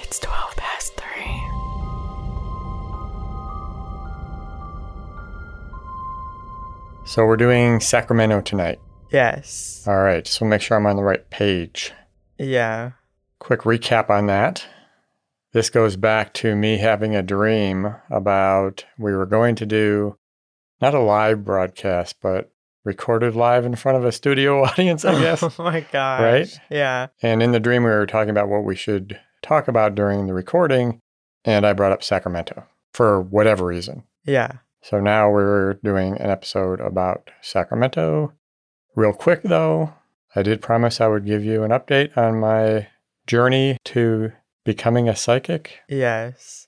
It's 12 past 3. So we're doing Sacramento tonight. Yes. All right, so make sure I'm on the right page. Yeah. Quick recap on that. This goes back to me having a dream about we were going to do not a live broadcast, but recorded live in front of a studio audience, I guess. oh my gosh. Right? Yeah. and in the dream, we were talking about what we should talk about during the recording. And I brought up Sacramento for whatever reason. Yeah. So now we're doing an episode about Sacramento. Real quick, though, I did promise I would give you an update on my journey to becoming a psychic. Yes.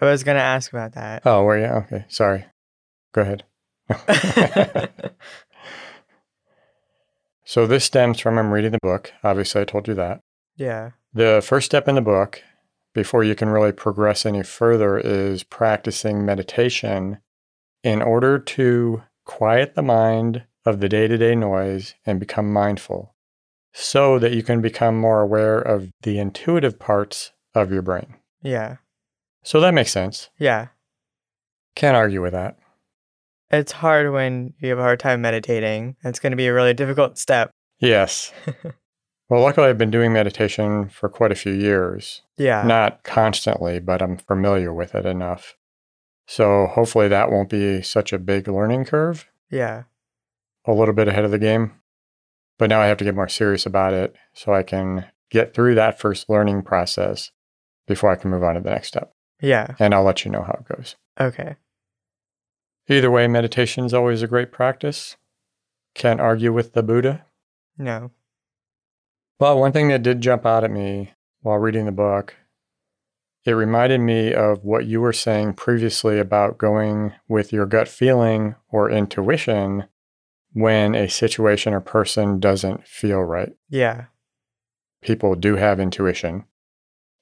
I was going to ask about that. Oh, were you? Okay, sorry. Go ahead. so this stems from I'm reading the book. Obviously, I told you that. yeah. The first step in the book, before you can really progress any further, is practicing meditation in order to quiet the mind of the day to day noise and become mindful so that you can become more aware of the intuitive parts of your brain. Yeah. So that makes sense. Yeah. Can't argue with that. It's hard when you have a hard time meditating. It's going to be a really difficult step. Yes. well, luckily, I've been doing meditation for quite a few years. Yeah. not constantly, but I'm familiar with it enough. So hopefully that won't be such a big learning curve, Yeah. a little bit ahead of the game. But now I have to get more serious about it so I can get through that first learning process before I can move on to the next step. Yeah. And I'll let you know how it goes. Okay. Either way, meditation is always a great practice. Can't argue with the Buddha. No. Well, one thing that did jump out at me while reading the book, it reminded me of what you were saying previously about going with your gut feeling or intuition when a situation or person doesn't feel right. Yeah. People do have intuition,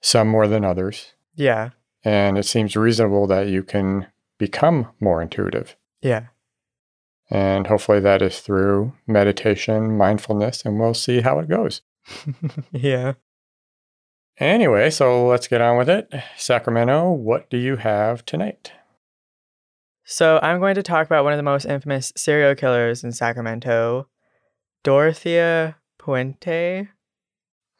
some more than others, Yeah. and it seems reasonable that you can become more intuitive. Yeah. And hopefully that is through meditation, mindfulness, and we'll see how it goes. yeah. Anyway, so let's get on with it. Sacramento, what do you have tonight? So I'm going to talk about one of the most infamous serial killers in Sacramento, Dorothea Puente.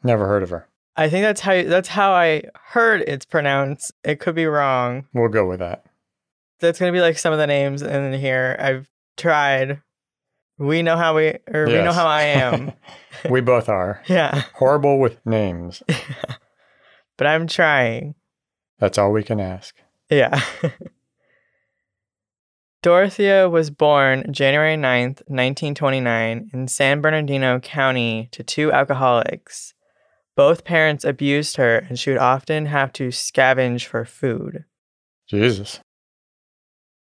Never heard of her. I think that's how that's how I heard it's pronounced. It could be wrong. We'll go with that. That's gonna be like some of the names in here. I've tried. We know how we or we know Yes. how I am. we both are. yeah. Horrible with names. But I'm trying. That's all we can ask. Yeah. Dorothea was born January 9th, 1929, in San Bernardino County to two alcoholics. Both parents abused her, and she would often have to scavenge for food. Jesus.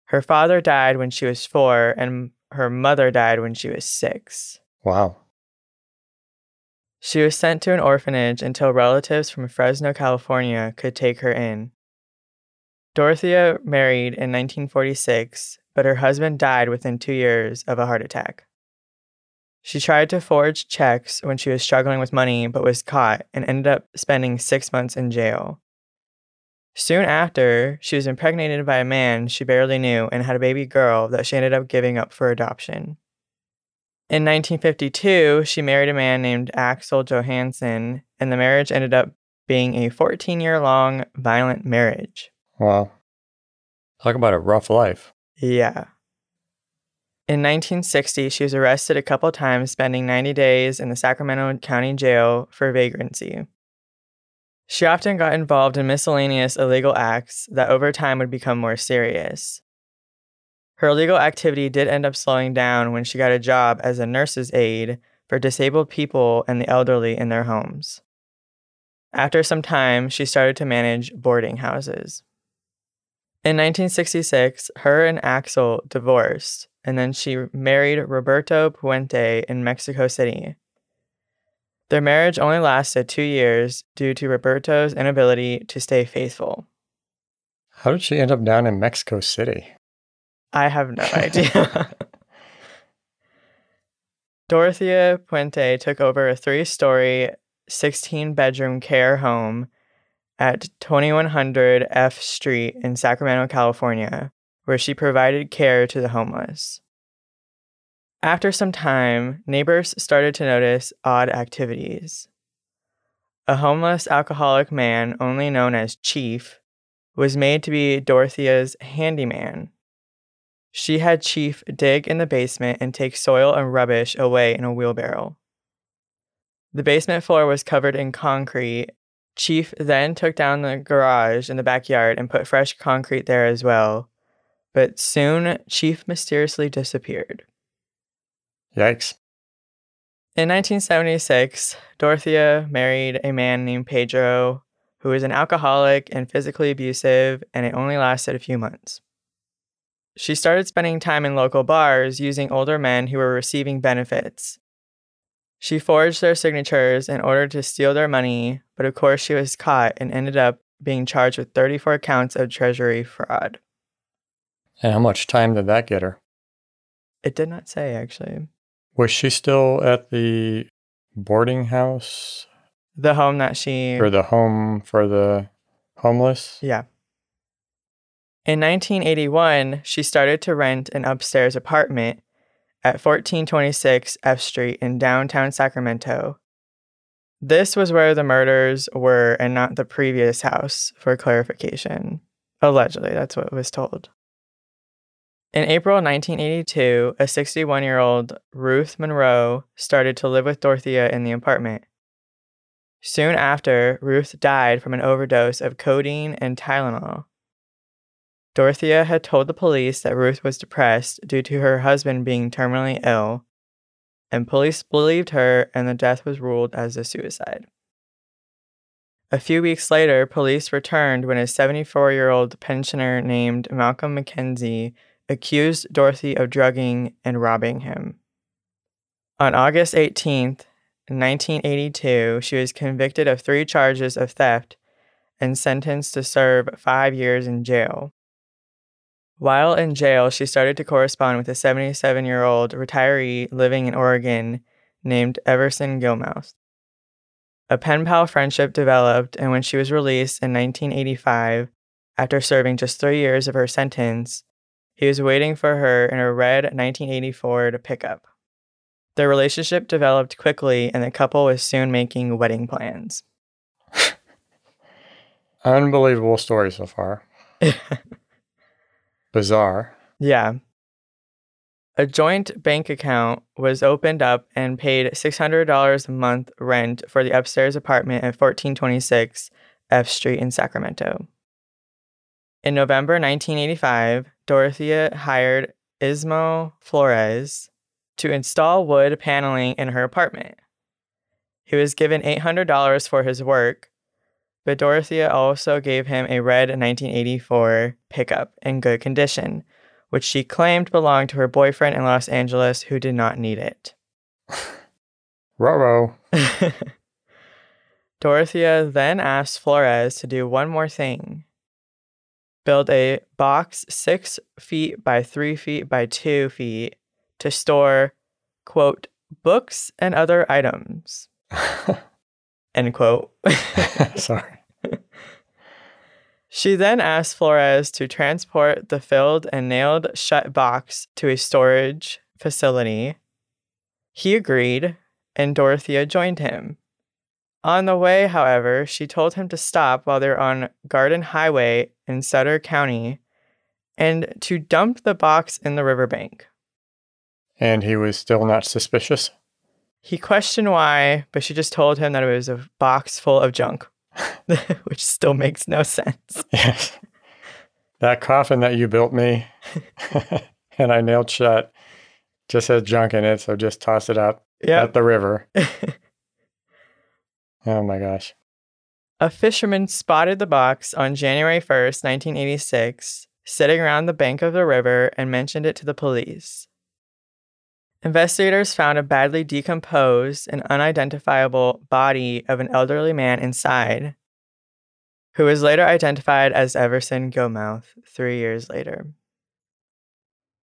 Her father died when she was four, and her mother died when she was six. Wow. She was sent to an orphanage until relatives from Fresno, California could take her in. Dorothea married in 1946, but her husband died within two years of a heart attack. She tried to forge checks when she was struggling with money, but was caught and ended up spending six months in jail. Soon after, she was impregnated by a man she barely knew and had a baby girl that she ended up giving up for adoption. In 1952, she married a man named Axel Johansen, and the marriage ended up being a 14 year long violent marriage. Wow. Talk about a rough life. Yeah. In 1960, she was arrested a couple times, spending 90 days in the Sacramento County Jail for vagrancy. She often got involved in miscellaneous illegal acts that over time would become more serious. Her illegal activity did end up slowing down when she got a job as a nurse's aide for disabled people and the elderly in their homes. After some time, she started to manage boarding houses. In 1966, her and Axel divorced, and then she married Roberto Puente in Mexico City. Their marriage only lasted two years due to Roberto's inability to stay faithful. How did she end up down in Mexico City? I have no idea. Dorothea Puente took over a three story, 16 bedroom care home at 2100 F Street in Sacramento, California, where she provided care to the homeless. After some time, neighbors started to notice odd activities. A homeless alcoholic man, only known as Chief, was made to be Dorothea's handyman. She had Chief dig in the basement and take soil and rubbish away in a wheelbarrow. The basement floor was covered in concrete. Chief then took down the garage in the backyard and put fresh concrete there as well. But soon, Chief mysteriously disappeared. Yikes. In 1976, Dorothea married a man named Pedro, who was an alcoholic and physically abusive, and it only lasted a few months. She started spending time in local bars using older men who were receiving benefits. She forged their signatures in order to steal their money, but of course she was caught and ended up being charged with 34 counts of treasury fraud. And how much time did that get her? It did not say, actually. Was she still at the boarding house The home that she. or the home for the homeless? Yeah. In 1981, she started to rent an upstairs apartment at 1426 F Street in downtown Sacramento. This was where the murders were and not the previous house, for clarification. Allegedly, that's what was told. In April 1982, a 61 year old Ruth Monroe started to live with Dorothea in the apartment. Soon after, Ruth died from an overdose of codeine and Tylenol. Dorothea had told the police that Ruth was depressed due to her husband being terminally ill, and police believed her, and the death was ruled as a suicide. A few weeks later, police returned when a 74 year old pensioner named Malcolm McKenzie accused Dorothy of drugging and robbing him. On August 18th, in 1982, she was convicted of three charges of theft and sentenced to serve five years in jail. While in jail, she started to correspond with a 77 year old retiree living in Oregon named Everson Gilmouth. A pen pal friendship developed, and when she was released in 1985, after serving just three years of her sentence, he was waiting for her in a red 1984 to pick up. Their relationship developed quickly, and the couple was soon making wedding plans. Unbelievable story so far. Bizarre. yeah. A joint bank account was opened up and paid $600 a month rent for the upstairs apartment at 1426 F Street in Sacramento. In November 1985, Dorothea hired Ismo Flores to install wood paneling in her apartment. He was given $800 for his work, but Dorothea also gave him a red 1984 pickup in good condition, which she claimed belonged to her boyfriend in Los Angeles who did not need it. Roro. Dorothea then asked Flores to do one more thing build a box six feet by three feet by two feet to store, quote, books and other items, end quote. Sorry. She then asked Flores to transport the filled and nailed shut box to a storage facility. He agreed, and Dorothea joined him. On the way, however, she told him to stop while they're on Garden Highway in Sutter County and to dump the box in the riverbank. And he was still not suspicious. He questioned why, but she just told him that it was a box full of junk, which still makes no sense. Yes. That coffin that you built me and I nailed shut just has junk in it, so just toss it out at Yep. the river. oh my gosh. A fisherman spotted the box on January 1st, 1986, sitting around the bank of the river and mentioned it to the police. Investigators found a badly decomposed and unidentifiable body of an elderly man inside, who was later identified as Everson Gomouth three years later.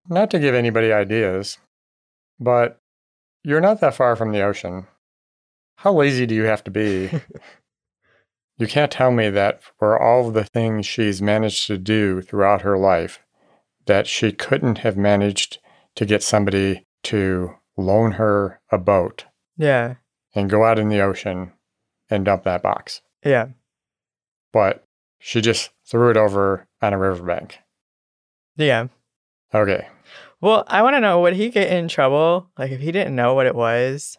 Not to give anybody ideas, but you're not that far from the ocean. How lazy do you have to be? you can't tell me that for all of the things she's managed to do throughout her life, that she couldn't have managed to get somebody to loan her a boat Yeah, and go out in the ocean and dump that box. yeah. But she just threw it over on a riverbank. Yeah. Okay. Well, I want to know would he get in trouble? Like, if he didn't know what it was?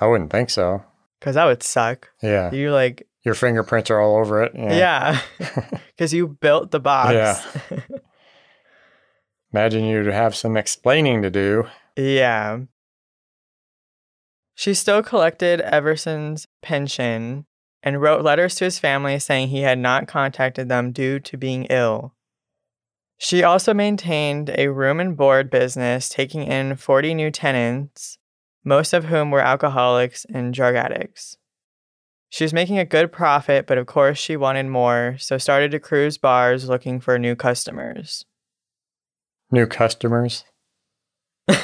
I wouldn't think so. Because that would suck. Yeah. You, like, Your fingerprints are all over it. yeah. Because you built the box. Yeah. Imagine you'd have some explaining to do. yeah. She still collected Everson's pension and wrote letters to his family saying he had not contacted them due to being ill. She also maintained a room and board business, taking in 40 new tenants, most of whom were alcoholics and drug addicts. She was making a good profit, but of course she wanted more, so started to cruise bars looking for new customers. New customers. no,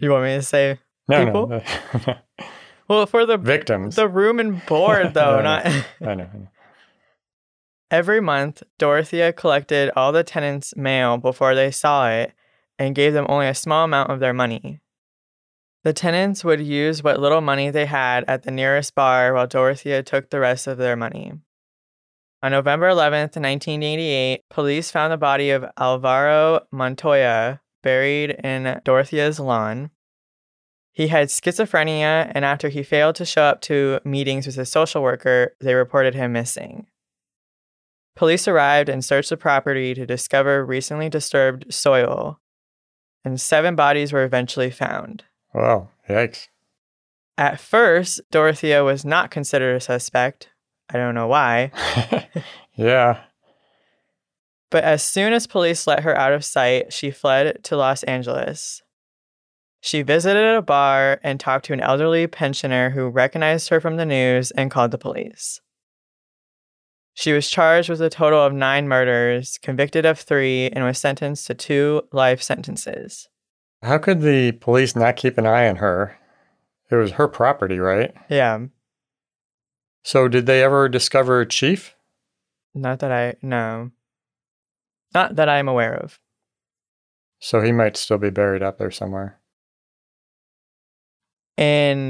You want me to say? People? no. Well, for the Victims. the room and board though, Yeah. not I know. I know. Every month, Dorothea collected all the tenants' mail before they saw it and gave them only a small amount of their money. The tenants would use what little money they had at the nearest bar while Dorothea took the rest of their money. On November 11th, 1988, police found the body of Alvaro Montoya buried in Dorothea's lawn. He had schizophrenia, and after he failed to show up to meetings with his social worker, they reported him missing. Police arrived and searched the property to discover recently disturbed soil, and seven bodies were eventually found. Wow. Yikes. At first, Dorothea was not considered a suspect. I don't know why. yeah. But as soon as police let her out of sight, she fled to Los Angeles. She visited a bar and talked to an elderly pensioner who recognized her from the news and called the police. She was charged with a total of nine murders, convicted of three, and was sentenced to two life sentences. How could the police not keep an eye on her? It was her property, right? Yeah, So, did they ever discover a chief? not that I know. Not that I'm aware of. So he might still be buried up there somewhere. In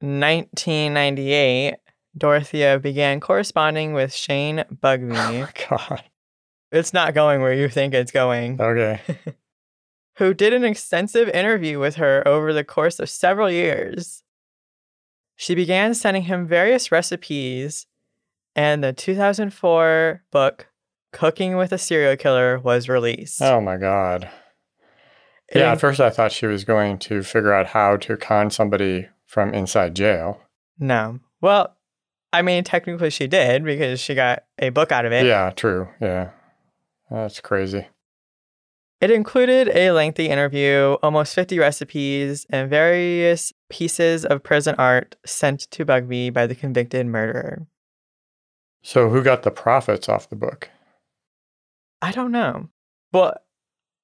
1998, Dorothea began corresponding with Shane Bugby. Oh, God. it's not going where you think it's going. Okay. Who did an extensive interview with her over the course of several years? She began sending him various recipes, and the 2004 book, Cooking with a Serial Killer, was released. Oh my God. It yeah, in- at first I thought she was going to figure out how to con somebody from inside jail. no. Well, I mean, technically she did because she got a book out of it. yeah, true. Yeah. That's crazy. It included a lengthy interview, almost 50 recipes, and various pieces of prison art sent to Bugby by the convicted murderer. So, who got the profits off the book? I don't know. Well,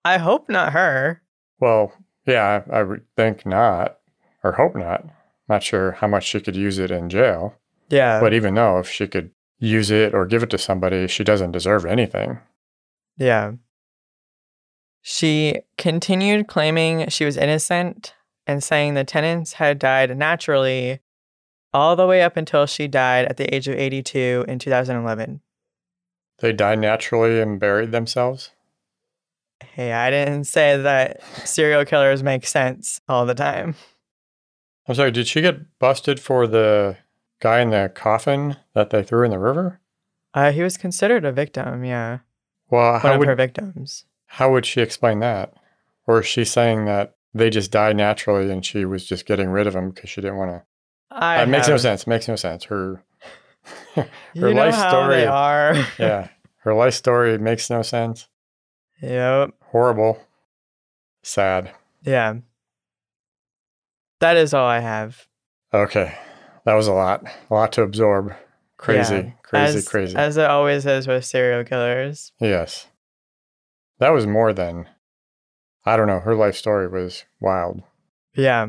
I hope not her. Well, yeah, I, I would think not, or hope not. Not sure how much she could use it in jail. Yeah. But even though if she could use it or give it to somebody, she doesn't deserve anything. Yeah. She continued claiming she was innocent and saying the tenants had died naturally all the way up until she died at the age of 82 in 2011. They die naturally and buried themselves. Hey, I didn't say that serial killers make sense all the time. I'm sorry, did she get busted for the guy in the coffin that they threw in the river? Uh, he was considered a victim, yeah. Well, One how of her would, victims. how would she explain that? Or is she saying that they just die naturally and she was just getting rid of them because she didn't want to? I That makes no have- sense. Makes no sense. Her, You know life how story. they are. yeah, her life story makes no sense. yep. Horrible. Sad. Yeah. That is all I have. Okay. That was a lot. A lot to absorb. Crazy, Yeah. crazy, as, crazy. As it always is with serial killers. yes. That was more than, I don't know, her life story was wild Yeah.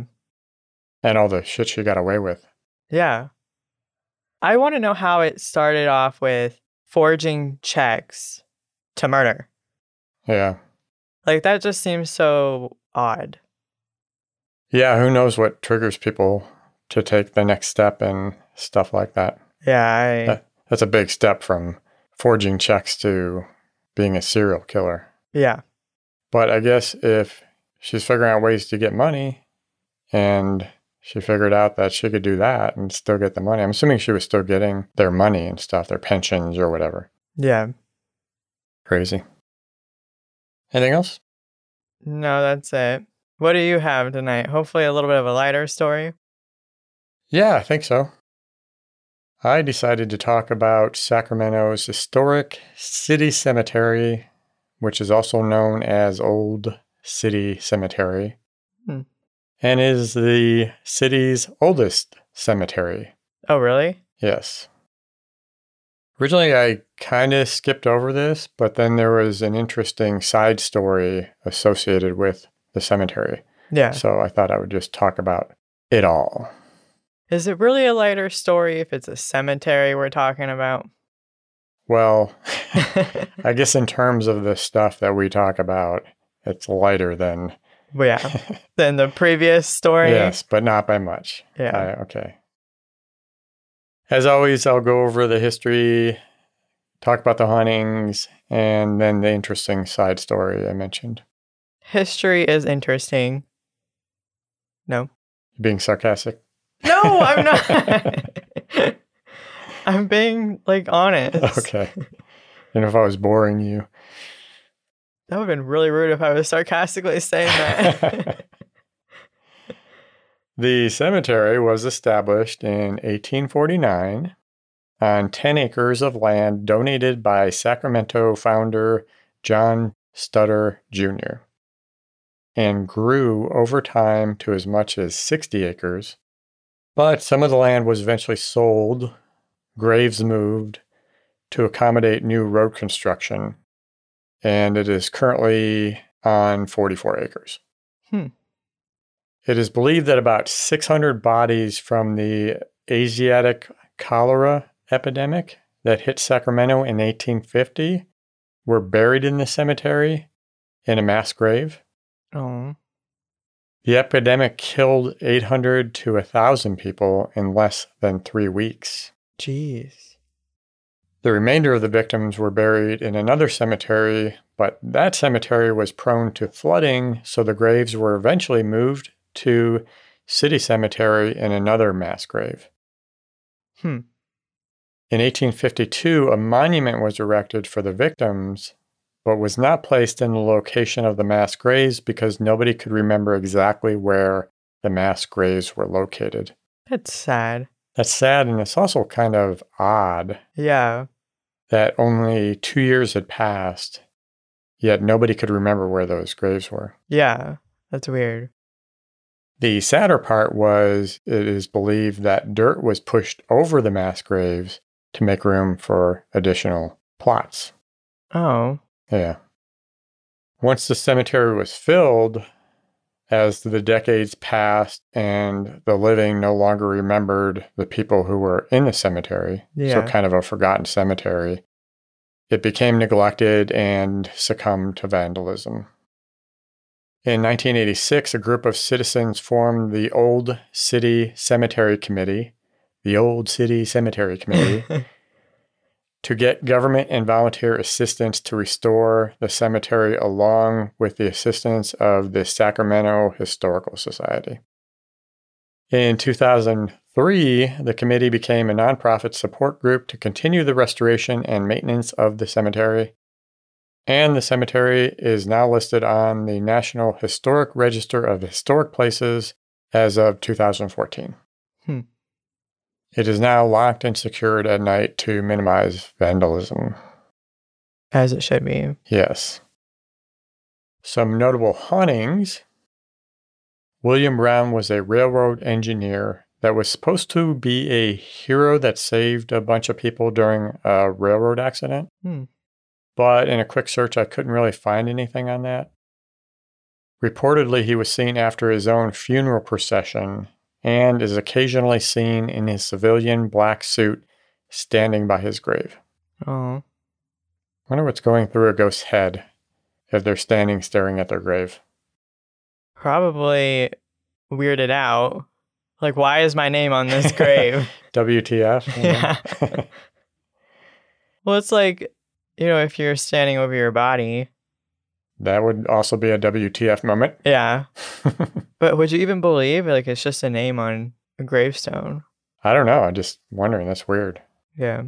and all the shit she got away with. Yeah. I want to know how it started off with forging checks to murder. Yeah. Like, that just seems so odd. Yeah. Who knows what triggers people to take the next step and stuff like that. Yeah. I, Uh, That's a big step from forging checks to being a serial killer. yeah. But I guess if she's figuring out ways to get money and she figured out that she could do that and still get the money, I'm assuming she was still getting their money and stuff, their pensions or whatever. Yeah. Crazy. Anything else? No, that's it. What do you have tonight? Hopefully, a little bit of a lighter story. Yeah, I think so. I decided to talk about Sacramento's historic city cemetery, which is also known as Old City Cemetery, Hmm. and is the city's oldest cemetery. Oh, really? Yes. Originally, I kind of skipped over this, but then there was an interesting side story associated with the cemetery. Yeah. So I thought I would just talk about it all. Is it really a lighter story if it's a cemetery we're talking about? Well, I guess in terms of the stuff that we talk about, it's lighter than. Well, yeah. Than the previous story? Yes, but not by much. Yeah. I- okay. As always, I'll go over the history, talk about the hauntings, and then the interesting side story I mentioned. History is interesting. No. Being sarcastic. No, I'm not. I'm being like honest. Okay. You know, if I was boring you. That would have been really rude if I was sarcastically saying that. The cemetery was established in 1849 on 10 acres of land donated by Sacramento founder John Stutter Jr. and grew over time to as much as 60 acres. But some of the land was eventually sold, graves moved to accommodate new road construction, and it is currently on 44 acres. It is believed that about 600 bodies from the Asiatic cholera epidemic that hit Sacramento in 1850 were buried in the cemetery in a mass grave. oh, The epidemic killed 800 to 1,000 people in less than three weeks. jeez. The remainder of the victims were buried in another cemetery, but that cemetery was prone to flooding, so the graves were eventually moved to City Cemetery in another mass grave. Hmm. In 1852, a monument was erected for the victims, but was not placed in the location of the mass graves because nobody could remember exactly where the mass graves were located. That's sad. That's sad, and it's also kind of odd Yeah. that only two years had passed, yet nobody could remember where those graves were. Yeah. That's weird. The sadder part was it is believed that dirt was pushed over the mass graves to make room for additional plots. Oh. Yeah. Once the cemetery was filled, as the decades passed and the living no longer remembered the people who were in the cemetery, Yeah. so kind of a forgotten cemetery, it became neglected and succumbed to vandalism. In 1986, a group of citizens formed the Old City Cemetery Committee. The Old City Cemetery Committee to get government and volunteer assistance to restore the cemetery along with the assistance of the Sacramento Historical Society. In 2003, the committee became a nonprofit support group to continue the restoration and maintenance of the cemetery. And the cemetery is now listed on the National Historic Register of Historic Places as of 2014. It is now locked and secured at night to minimize vandalism. As it should be. Yes. Some notable hauntings William Brown was a railroad engineer that was supposed to be a hero that saved a bunch of people during a railroad accident. Hmm. But in a quick search, I couldn't really find anything on that. Reportedly, he was seen after his own funeral procession and is occasionally seen in his civilian black suit standing by his grave. Oh, wonder what's going through a ghost's head as they're standing staring at their grave. probably weirded out. Like, why is my name on this grave? WTF? you know? Yeah. well, it's like, you know, if you're standing over your body. that would also be a WTF moment. Yeah. But would you even believe, like, it's just a name on a gravestone? I don't know. I'm just wondering. That's weird. Yeah.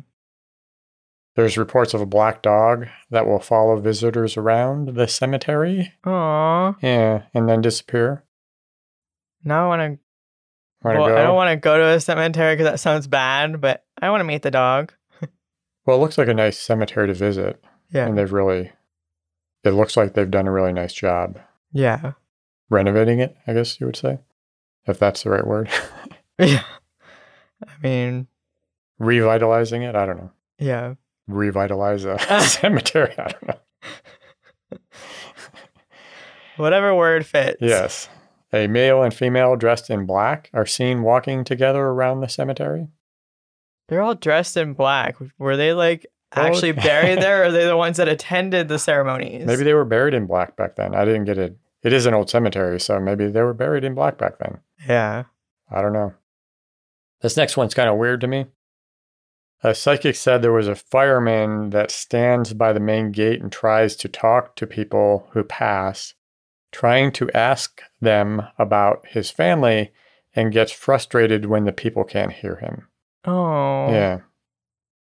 There's reports of a black dog that will follow visitors around the cemetery. Aw. Yeah, and then disappear. Now I want to Wanna well, go? I don't want to go to a cemetery because that sounds bad, but I want to meet the dog. well, it looks like a nice cemetery to visit, Yeah. and they've really, it looks like they've done a really nice job Yeah. renovating it. I guess you would say, if that's the right word, Yeah. I mean, revitalizing it. I don't know. yeah. Revitalize a cemetery. I don't know. Whatever word fits. Yes, a male and female dressed in black are seen walking together around the cemetery. They're all dressed in black. Were they like Well- actually buried there or are they the ones that attended the ceremonies? Maybe they were buried in black back then. I didn't get it. It is an old cemetery, so maybe they were buried in black back then. Yeah. I don't know. This next one's kind of weird to me. A psychic said there was a fireman that stands by the main gate and tries to talk to people who pass, trying to ask them about his family, and gets frustrated when the people can't hear him. Oh. Yeah.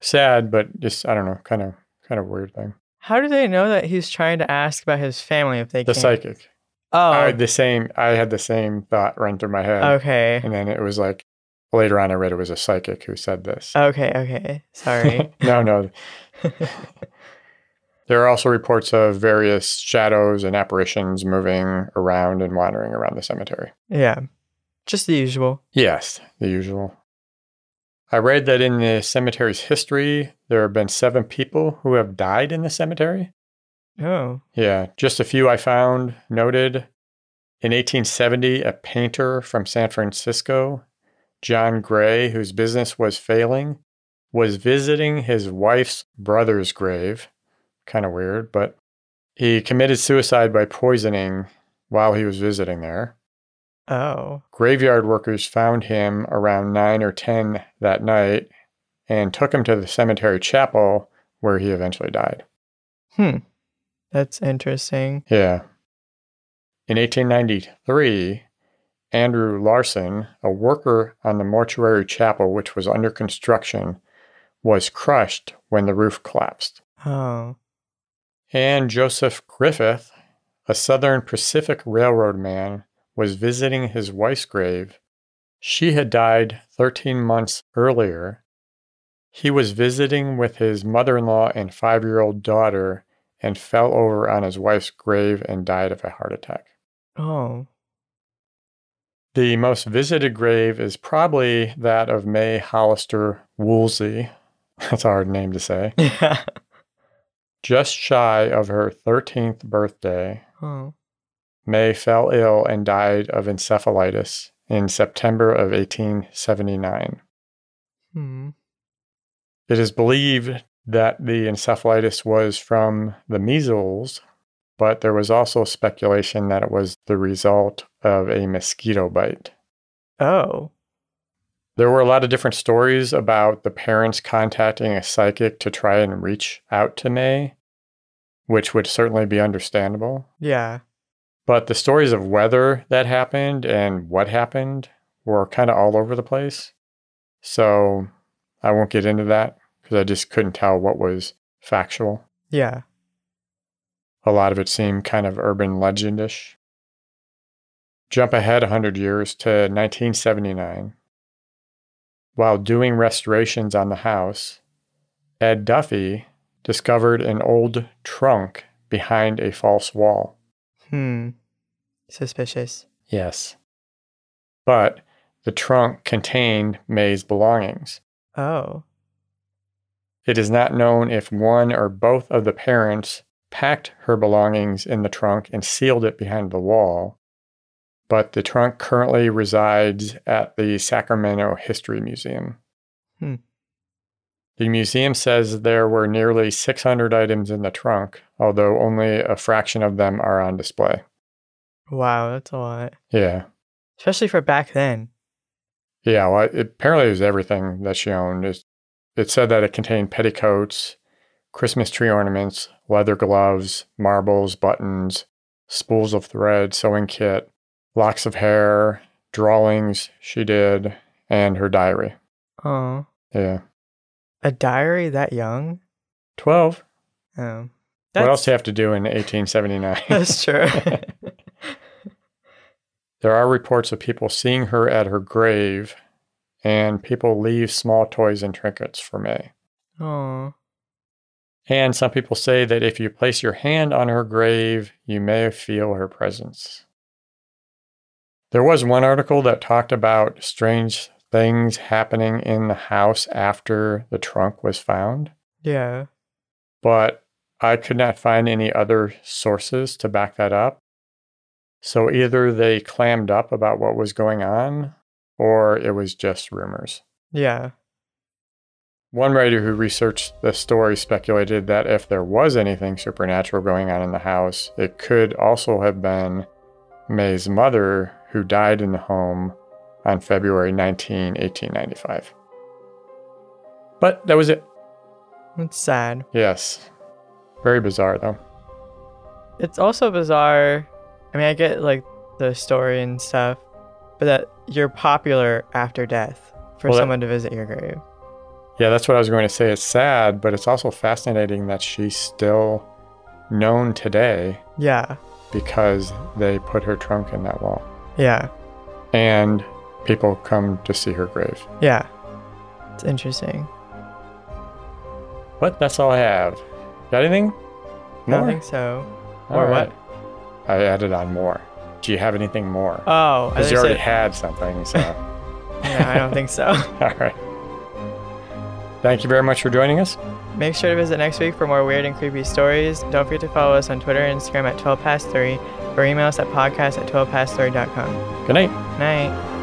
Sad, but just I don't know, kind of kind of weird thing. How do they know that he's trying to ask about his family if they The can't? psychic. Oh. I had the same. I had the same thought run through my head, okay. and then it was like later on. I read it was a psychic who said this. Okay. Okay. Sorry. no, no. There are also reports of various shadows and apparitions moving around and wandering around the cemetery. yeah. Just the usual. Yes, the usual. I read that in the cemetery's history, there have been seven people who have died in the cemetery. Oh. Yeah, just a few I found noted. In 1870, a painter from San Francisco, John Gray, whose business was failing, was visiting his wife's brother's grave. Kind of weird, but he committed suicide by poisoning while he was visiting there. Oh. Graveyard workers found him around 9 or 10 that night and took him to the cemetery chapel where he eventually died. That's interesting. Yeah. In 1893, Andrew Larson, a worker on the mortuary chapel which was under construction, was crushed when the roof collapsed. Oh. And Joseph Griffith, a Southern Pacific Railroad man, was visiting his wife's grave. She had died 13 months earlier. He was visiting with his mother in law and five year old daughter and fell over on his wife's grave and died of a heart attack. Oh. The most visited grave is probably that of May Hollister Woolsey. That's a hard name to say. Yeah. Just shy of her 13th birthday, Oh. May fell ill and died of encephalitis in September of 1879. Hmm. It is believed that the encephalitis was from the measles, but there was also speculation that it was the result of a mosquito bite. Oh. There were a lot of different stories about the parents contacting a psychic to try and reach out to May, which would certainly be understandable. Yeah. But the stories of whether that happened and what happened were kind of all over the place. So I won't get into that because I just couldn't tell what was factual. Yeah. A lot of it seemed kind of urban legendish. Jump ahead 100 years to 1979. While doing restorations on the house, Ed Duffy discovered an old trunk behind a false wall. Hmm. Suspicious. Yes. But the trunk contained May's belongings. Oh. It is not known if one or both of the parents packed her belongings in the trunk and sealed it behind the wall, but the trunk currently resides at the Sacramento History Museum. Hmm. The museum says there were nearly 600 items in the trunk, although only a fraction of them are on display. Wow, that's a lot. Yeah. Especially for back then. Yeah, well, it, apparently it was everything that she owned. It, it said that it contained petticoats, Christmas tree ornaments, leather gloves, marbles, buttons, spools of thread, sewing kit, locks of hair, drawings she did, and her diary. Oh. Yeah. A diary that young? 12. Oh. what else do you have to do in 1879? That's true. There are reports of people seeing her at her grave, and people leave small toys and trinkets for May. oh. And some people say that if you place your hand on her grave, you may feel her presence. There was one article that talked about strange things happening in the house after the trunk was found, Yeah. but I could not find any other sources to back that up. So either they clammed up about what was going on, or it was just rumors. Yeah. One writer who researched the story speculated that if there was anything supernatural going on in the house, it could also have been May's mother who died in the home on February 19, 1895. But that was it. It's sad. Yes. Very bizarre, though. It's also bizarre. I mean, I get like the story and stuff, but that you're popular after death for Well, that- someone to visit your grave. Yeah, that's what I was going to say. It's sad, but it's also fascinating that she's still known today Yeah. because they put her trunk in that wall. Yeah. And people come to see her grave. Yeah. It's interesting. But that's all I have. Got anything? I don't think so. All More right. I added on more. Do you have anything more? Oh, I, Because think you so- already had something, so. No, I don't think so. all right. Thank you very much for joining us. Make sure to visit next week for more weird and creepy stories. Don't forget to follow us on Twitter and Instagram at 12 past 3 or email us at podcast at 12 past 3.com. Good night. Night.